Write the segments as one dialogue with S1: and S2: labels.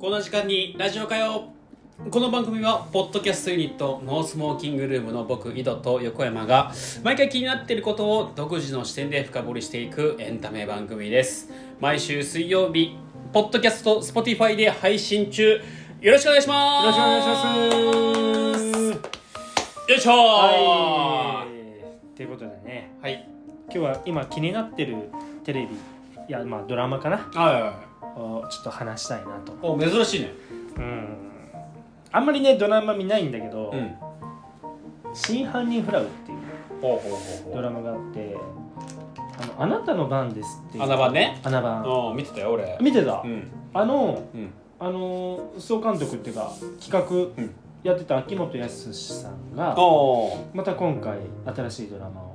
S1: この時間にラジオかよこの番組はポッドキャストユニットノースモーキングルームの僕井戸と横山が毎回気になっていることを独自の視点で深掘りしていくエンタメ番組です毎週水曜日ポッドキャスト Spotify で配信中よろしくお願いします
S2: よろしくお願いします。
S1: よいしょー
S2: はい。ということでね、
S1: はい
S2: 今日は今気になってるテレビいやまあドラマかな
S1: は
S2: をちょっと話したいなと。
S1: いお珍しいね
S2: うん。あんまりねドラマ見ないんだけど、
S1: うん
S2: 真犯人フラグっていう
S1: ほうほうほう
S2: ドラマがあって、あのあなたの番ですっていう。
S1: 穴場ね。
S2: 穴番。
S1: ほうああ見てたよ俺
S2: 見てた。
S1: うん
S2: あの
S1: うん
S2: あの総監督っていうか企画
S1: うん
S2: やってた秋元康さんが、
S1: おー
S2: また今回新しいドラマを。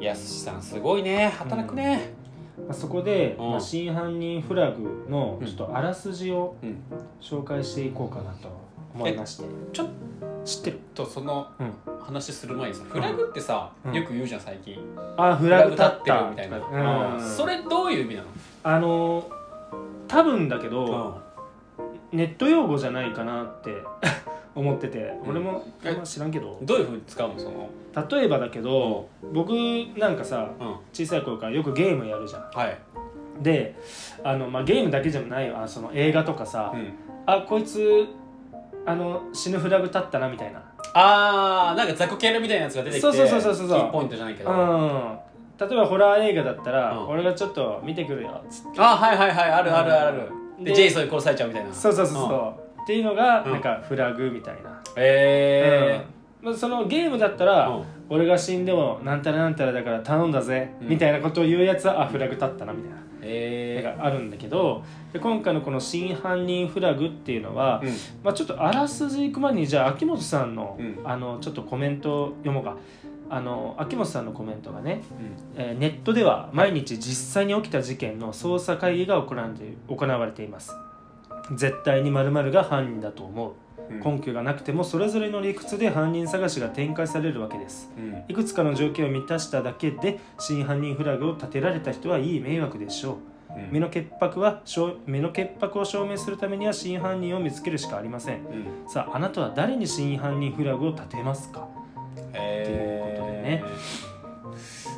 S1: やすしさんすごいね働くね
S2: まあ、そこで、
S1: うん
S2: まあ、真犯人フラグのちょっとあらすじを
S1: うん
S2: 紹介していこうかなと思いまして、
S1: ちょっ
S2: 知ってる
S1: とその
S2: うん
S1: 話する前にさフラグってさ、
S2: うん
S1: よく言うじゃん最近
S2: あフ
S1: フ
S2: ラグ立っ
S1: って
S2: た
S1: るみたいな、
S2: うん
S1: うんそれどういう意味な
S2: あのー多分だけど、
S1: の、
S2: ネット用語じゃないかなって 思ってて
S1: うん
S2: 俺も
S1: え
S2: あんま知らんけど
S1: どういうふうに使うのその
S2: 例えばだけど僕なんかさ
S1: うん
S2: 小さい頃からよくゲームやるじゃ
S1: はい、
S2: んであの、まあ、ゲームだけじゃないよあその映画とかさ、
S1: うん、
S2: あこいつあの死ぬフラグ立ったなみたいな
S1: あーなんか雑魚キャラみたいなやつが出てきて
S2: そうそうそうそうそう
S1: キーポイントじゃないけど、あ
S2: うん、例えばホラー映画だったら、
S1: うん
S2: 俺がちょっと見てくるよっつって
S1: はいはいはいあるあるある、で
S2: で
S1: ジェイソンに殺されちゃうみたいな
S2: そうそうそうそう、っていうのが
S1: うん
S2: なんかフラグみたいな、
S1: え
S2: うんまあ、そのゲームだった
S1: え
S2: ら、
S1: ーうん
S2: 俺が死んでもなんたらなんたらだから頼んだぜ、
S1: うん
S2: みたいなことを言うやつはあフラグ立ったなみたいな。
S1: え
S2: があるんだけどで今回のこの「真犯人フラグ」っていうのは、
S1: ーうん
S2: まあ、ちょっとあらすじいく前にじゃあ秋元さんの,、
S1: うん
S2: あのちょっとコメントを読もうかあの秋元さんのコメントがね、
S1: うん
S2: えーネットでは毎日実際に起きた事件の捜査会議が行われて行われています絶対に〇〇が犯人だと思う
S1: うん
S2: 根拠がなくてもそれぞれの理屈で犯人探しが展開されるわけです
S1: うん
S2: いくつかの条件を満たしただけで真犯人フラグを立てられた人はいい迷惑でしょう
S1: うん
S2: 身の潔白は証身の潔白を証明するためには真犯人を見つけるしかありません
S1: うん
S2: さああなたは誰に真犯人フラグを立てますか
S1: え
S2: という
S1: ー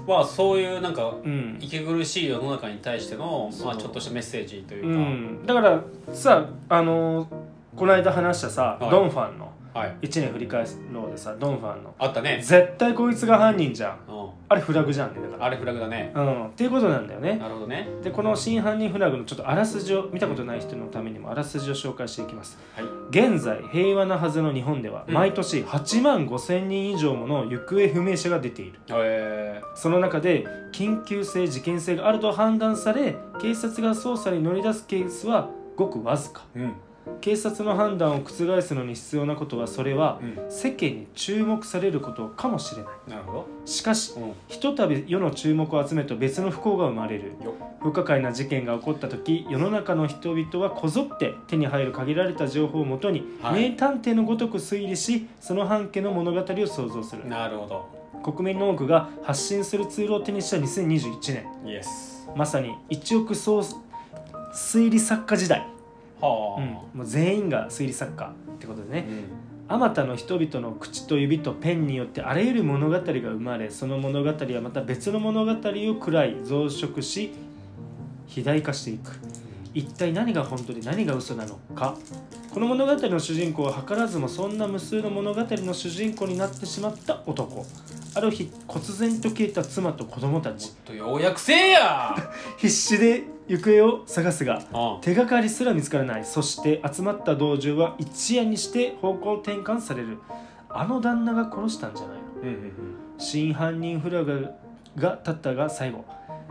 S1: まあそういうなんか
S2: うん
S1: 息苦しい世の中に対しての、
S2: そう
S1: まあ、ちょっとしたメッセージという
S2: う
S1: か、
S2: ん、だからさあのーこの間話したさ、
S1: はい
S2: ドンファンの
S1: はい、
S2: 1年振り返ろうでさドンファンの
S1: あったね、
S2: 絶対こいつが犯人じゃん
S1: う
S2: あれフラグじゃんねだ
S1: ん、
S2: か
S1: あれフラグだね
S2: らうんっていうことなんだよね
S1: なるほどね
S2: でこの真犯人フラグのちょっとあらすじを見たことない人のためにもあらすじを紹介していきます
S1: はい
S2: 現在平和なはずの日本では
S1: うん
S2: 毎年8万5千人以上もの行方不明者が出ている
S1: え
S2: その中で緊急性事件性があると判断され警察が捜査に乗り出すケースはごくわずか
S1: ー、うん
S2: 警察の判断を覆すのに必要なことはそれは世間に注目されることかもしれない
S1: なるほ
S2: しかし
S1: ど、うん、
S2: ひとたび世の注目を集めると別の不幸が生まれる
S1: よ
S2: 不可解な事件が起こった時世の中の人々はこぞって手に入る限られた情報をもとに、
S1: はい
S2: 名探偵のごとく推理しその半径の物語を想像する
S1: なるほど
S2: 国民の多くが発信するツールを手にした2021年
S1: イエス
S2: まさに一億総推理作家時代、
S1: は
S2: う
S1: あ、
S2: んもう全員が推理作家ってことでね、あまたの人々の口と指とペンによってあらゆる物語が生まれその物語はまた別の物語を喰らい増殖し肥大化していく一体何が本当で何が嘘なのかこの物語の主人公は図らずもそんな無数の物語の主人公になってしまった男ある日忽然と消えた妻と子供た
S1: ちょ
S2: ち
S1: っとようやくせえや、
S2: 必死で行方を探すが
S1: うん、
S2: 手がかりすら見つからないそして集まった道場は一夜にして方向転換されるあの旦那が殺したんじゃないの
S1: うんうん
S2: 真犯人フラグが立ったが最後、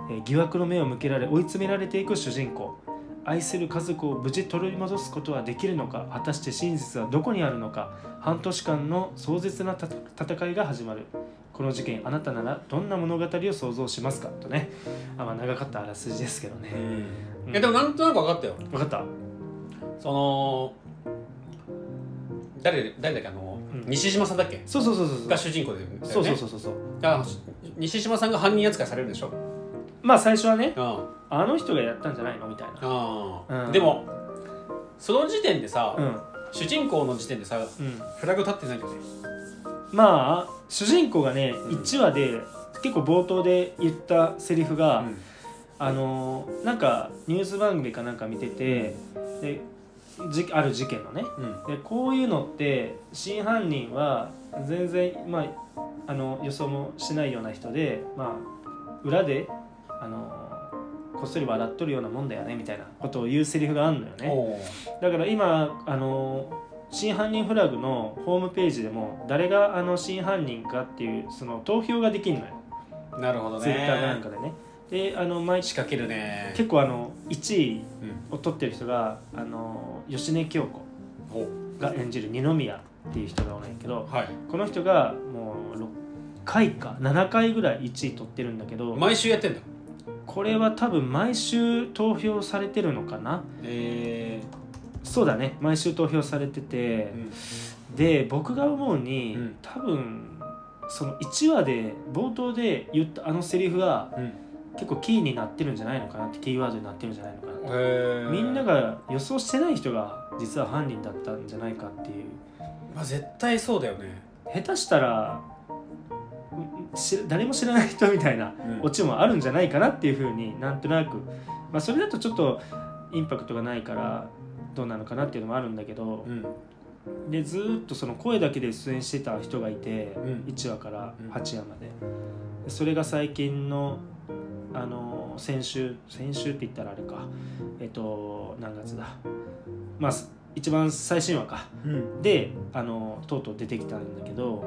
S2: えー疑惑の目を向けられ追い詰められていく主人公愛する家族を無事取り戻すことはできるのか果たして真実はどこにあるのか半年間の壮絶なた戦いが始まるこの事件あなたならどんな物語を想像しますかとねあまあ長かったあらすじですけど
S1: う
S2: ね
S1: んいやでもなんとなく分かったよ
S2: 分かった
S1: その誰誰だっけあの、
S2: うん
S1: 西島さんだっけ
S2: そうそうそうそうそう
S1: が主人公だよね
S2: そうそうそうそうそう
S1: だから西島さんが犯人扱いされるでしょ
S2: まあ最初はね
S1: うん
S2: あの人がやったんじゃないのみたいな
S1: ああ、
S2: うん
S1: でもその時点でさ、
S2: うん
S1: 主人公の時点でさ
S2: うん、
S1: フラグ立ってないよね
S2: まあ主人公がね、
S1: ん
S2: 1話で結構冒頭で言ったセリフが、
S1: うん
S2: あのーなんかニュース番組かなんか見てて、でじある事件のね
S1: うん
S2: でこういうのって真犯人は全然、まあ、あの予想もしないような人で、まあ、裏であのこっそり笑っとるようなもんだよねみたいなことを言うセリフがあるのよね
S1: おー
S2: だから今あの真犯人フラグのホームページでも誰があの真犯人かっていうその投票ができるのよ
S1: なるほどね
S2: ツイッターかなんかでねであの毎
S1: 仕掛けるね
S2: 結構あの1位
S1: うん
S2: を取ってる人があの芳根京子
S1: お
S2: が演じる二宮っていう人がおるんやけど
S1: はい
S2: この人がもう6回か7回ぐらい1位取ってるんだけど
S1: 毎週やってんだ
S2: これは多分毎週投票されてるのかな
S1: え
S2: そうだね毎週投票されてて
S1: ーうん
S2: で僕が思うに、
S1: うん
S2: 多分その1話で冒頭で言ったあのセリフが
S1: うん
S2: 結構キーになってるんじゃないのかなってキーワードになってるんじゃないのかなって
S1: へー
S2: みんな、が予想してない人が実は犯人だったんじゃないかっていう
S1: まあ、絶対そうだよね、
S2: 下手したらうし誰も知らない人みたいな
S1: うん
S2: オチもあるんじゃないかなっていうふうになんとなく、まあ、それだとちょっとインパクトがないからどうなのかなっていうのもあるんだけど
S1: うん
S2: でずーっとその声だけで出演してた人がいて、
S1: ん
S2: 1話から
S1: うん
S2: 8話まででそれが最近のあの先週先週って言ったらあれかえっと何月だまあす一番最新話か
S1: うん、
S2: であのとうとう出てきたんだけど、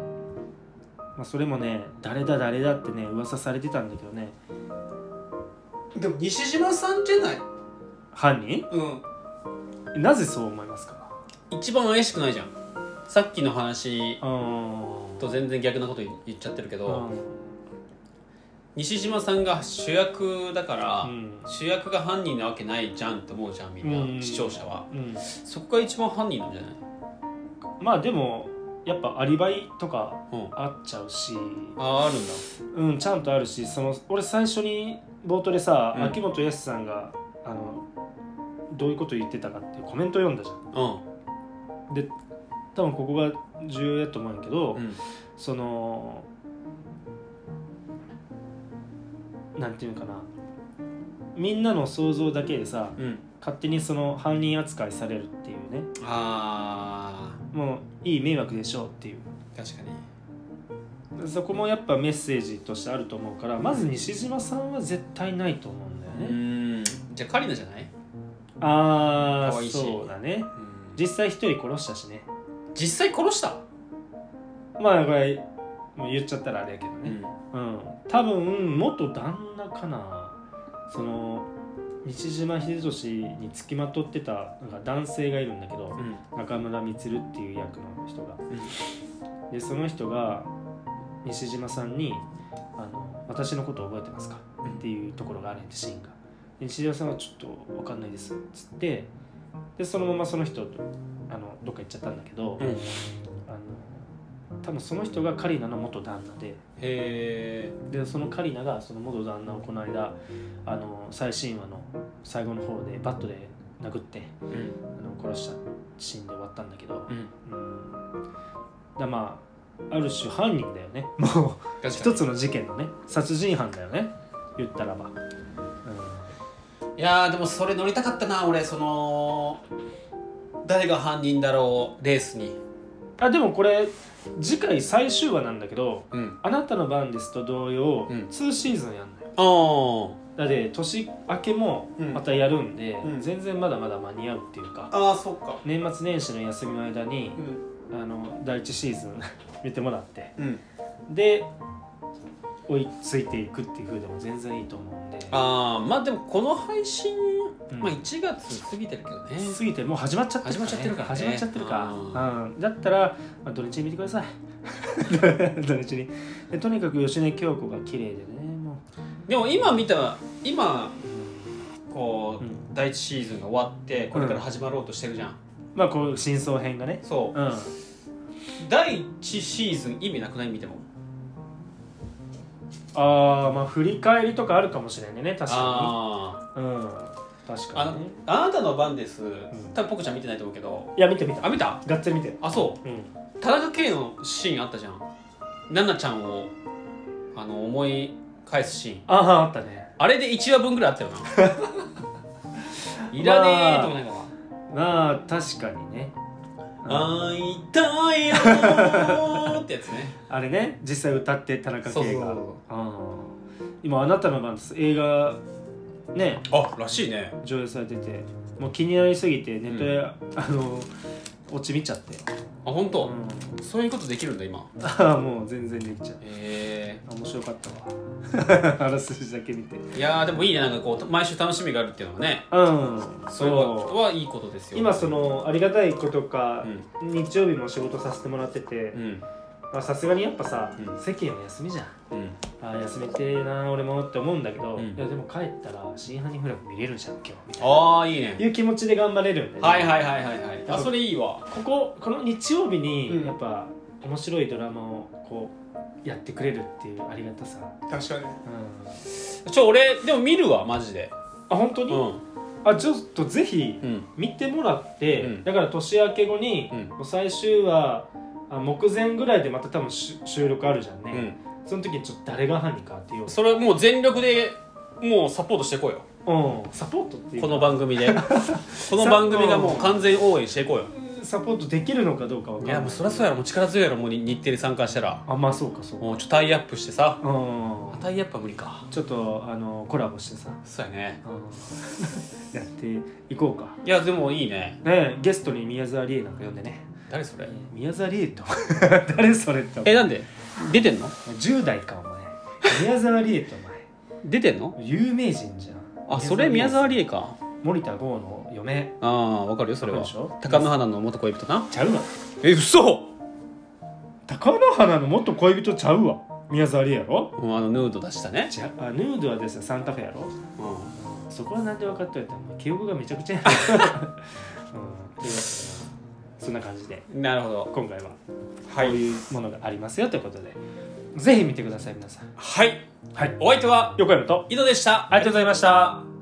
S2: まあ、それもね誰だ誰だってね噂されてたんだけどね
S1: でも西島さんじゃない、
S2: 犯人
S1: うん、
S2: なぜそう思いますか
S1: 一番怪しくないじゃんさっきの話
S2: うーん
S1: と全然逆なこと言っちゃってるけ
S2: う
S1: ど、西島さんが主役だから、
S2: ん
S1: 主役が犯人なわけないじゃんって思うじゃんみんな、
S2: うん
S1: 視聴者は
S2: うん
S1: そこが一番犯人なんじゃない、
S2: まあでもやっぱアリバイとか
S1: うん、
S2: あっちゃうし
S1: ああるんだ
S2: うんちゃんとあるしその俺最初に冒頭でさ、
S1: うん
S2: 秋元康さんがあのどういうこと言ってたかっていうコメント読んだじゃん
S1: う
S2: で多分ここが重要だと思うんやけど、
S1: んうん
S2: そのなんていうのかなみんなの想像だけでさ
S1: うん
S2: 勝手にその犯人扱いされるっていうね
S1: あ
S2: もういい迷惑でしょうっていう
S1: ー確かに
S2: そこもやっぱメッセージとしてあると思うからまず西島さんは絶対ないと思うんだよね、
S1: うんじゃあカリナじゃない、
S2: あ
S1: 可愛
S2: あ
S1: いし
S2: そうだね
S1: じ
S2: 実際一人殺したしね
S1: 実際殺した、
S2: まあこれもう言っちゃったらあれやけどねうん、多分元旦那かなその西島秀俊につきまとってたなんか男性がいるんだけど
S1: うん
S2: 中村充っていう役の人が
S1: うん
S2: でその人が西島さんにあの「私のこと覚えてますか?」っていうところがあるんでシーンがで西島さんは「ちょっと分かんないです」っつってでそのままその人とあのどっか行っちゃったんだけど、
S1: うん、へ
S2: あの多分その人がカリナの元旦那で
S1: え
S2: でそのカリナがその元旦那をこの間あの最新話の最後の方でバットで殴って
S1: うん
S2: あの殺したシーンで終わったんだけど、
S1: うん
S2: うん、だまあある種犯人だよねもう
S1: 確かに
S2: 一つの事件のね殺人犯だよね言ったらば、うん、
S1: いやーでもそれ乗りたかったな俺その誰が犯人だろうレースに
S2: あでもこれ次回最終話なんだけど
S1: うん
S2: 「あなたの番です」と同様、
S1: うん
S2: 2シーズンやんのよ
S1: あー
S2: だって年明けも
S1: うん
S2: またやるんで、
S1: うん
S2: 全然まだまだ間に合うっていうか
S1: あーそっか
S2: 年末年始の休みの間に
S1: うん
S2: あの第1シーズン 見てもらって
S1: うん
S2: で追いついていくっていう風でも全然いいと思うんで
S1: あーまあでもこの配信、
S2: うん
S1: まあ1月過ぎてるけどね
S2: 過ぎてもう始まっちゃってる
S1: 始まっちゃってるからね
S2: 始まっちゃってるか、うん、だったら、まあ、土日に見てく ださい土日にでとにかく芳根京子が綺麗でねも
S1: でも今見た今
S2: う、うん
S1: こう、
S2: うん
S1: 第一シーズンが終わってこれから始まろうとしてるじゃん、
S2: まあこう真相編がね
S1: そう
S2: うん
S1: 第一シーズン意味なくない見ても
S2: ああまあ振り返りとかあるかもしれないね確か
S1: あ
S2: にうん確か
S1: あ
S2: にね
S1: あなたの番です、多分ポコちゃん見てないと思うけど
S2: いや見て見た
S1: あ見た
S2: がっつり見て
S1: あそ
S2: うん
S1: う田中圭のシーンあったじゃん奈々ちゃんをあの思い返すシーン
S2: あああったね
S1: あれで1話分ぐらいあったよ ないらねえと思いながら、
S2: まあ確かにねあ
S1: 会いたいよーってやつね
S2: あれね実際歌って田中
S1: そうそう
S2: 圭
S1: そう
S2: があー今「あなたの番です」映画ね
S1: あらしいね
S2: 上映されててもう気になりすぎてネットで、あの落ち見ちゃって、
S1: あ本当、
S2: う
S1: そういうことできるんだ今
S2: ん、ああ もう全然できちゃう
S1: え
S2: あ面白かったわ あらすじだけ見てうん
S1: ー、いやーでもいいねなんかこう毎週楽しみがあるっていうのはねそれ
S2: そう
S1: はいいことですよ
S2: 今そのありがたいことか
S1: う、ん
S2: 日曜日も仕事させてもらってて
S1: うん
S2: まあさすがにやっぱさ、
S1: うん
S2: 世間は休みじゃん
S1: うん
S2: あー休みてえな俺もって思うんだけど、
S1: うん
S2: いやでも帰ったら真犯人フラグ見れるじゃん今日みたい
S1: ああいいね
S2: ないう気持ちで頑張れるんで、
S1: はいはいはいはいはいあそれいいわ
S2: こここの日曜日
S1: うん
S2: にやっぱ面白いドラマをこうやってくれるっていうありがたさ、うん、
S1: 確かにちょ俺でも見るわマジで
S2: あ本当
S1: うん
S2: に、
S1: うん
S2: あちょっとぜひ
S1: うん
S2: 見てもらって、
S1: うん
S2: だから年明け後に、
S1: うん
S2: もう最終話あ目前ぐらいでまた多分し収録あるじゃん
S1: う
S2: ね、
S1: ん
S2: その時にちょっと誰が犯人かっていう
S1: それはもう全力でもうサポートしていこうよ
S2: うん、サポートっていう
S1: こ
S2: か
S1: の番組で この番組がもう完全応援していこうよ
S2: サポートできるのかどうかわ
S1: い
S2: かんない
S1: やもうそりゃそうやろもう力強いやろもう日テレ参加したら
S2: あまあそうかそうか
S1: もうちょっとタイアップしてさ
S2: うん
S1: タイアップは無理か
S2: ちょっとあのコラボしてさ、
S1: そうやね
S2: やっていこうか
S1: いやでもいいね
S2: ねゲストに宮沢りえなんか呼んでね
S1: 誰それ
S2: 宮沢りえと 誰それってお前
S1: えなんで出てんの
S2: 10代かお前宮沢りえと
S1: 出てんの
S2: お前有名人じゃん
S1: あそれ宮沢り
S2: え
S1: えか
S2: 森田剛の嫁
S1: ああわかるよそれは
S2: わかるでしょ
S1: 高野花の元恋人な
S2: ちゃうわ
S1: え嘘
S2: 高野花の元恋人ちゃうわ宮沢りえやろ
S1: うんあのヌード出したね
S2: じゃあヌードはですよサンタフェやろ
S1: う
S2: そこはなんで分かっといたの記憶がめちゃくちゃやな、うん、というわけでそんな感じで
S1: んなるほど
S2: 今回はこ
S1: はい
S2: ういうものがありますよということで、ぜひ見てください皆さん
S1: はい
S2: はい
S1: お相手は
S2: 横山と
S1: 井戸でした
S2: ありがとうございました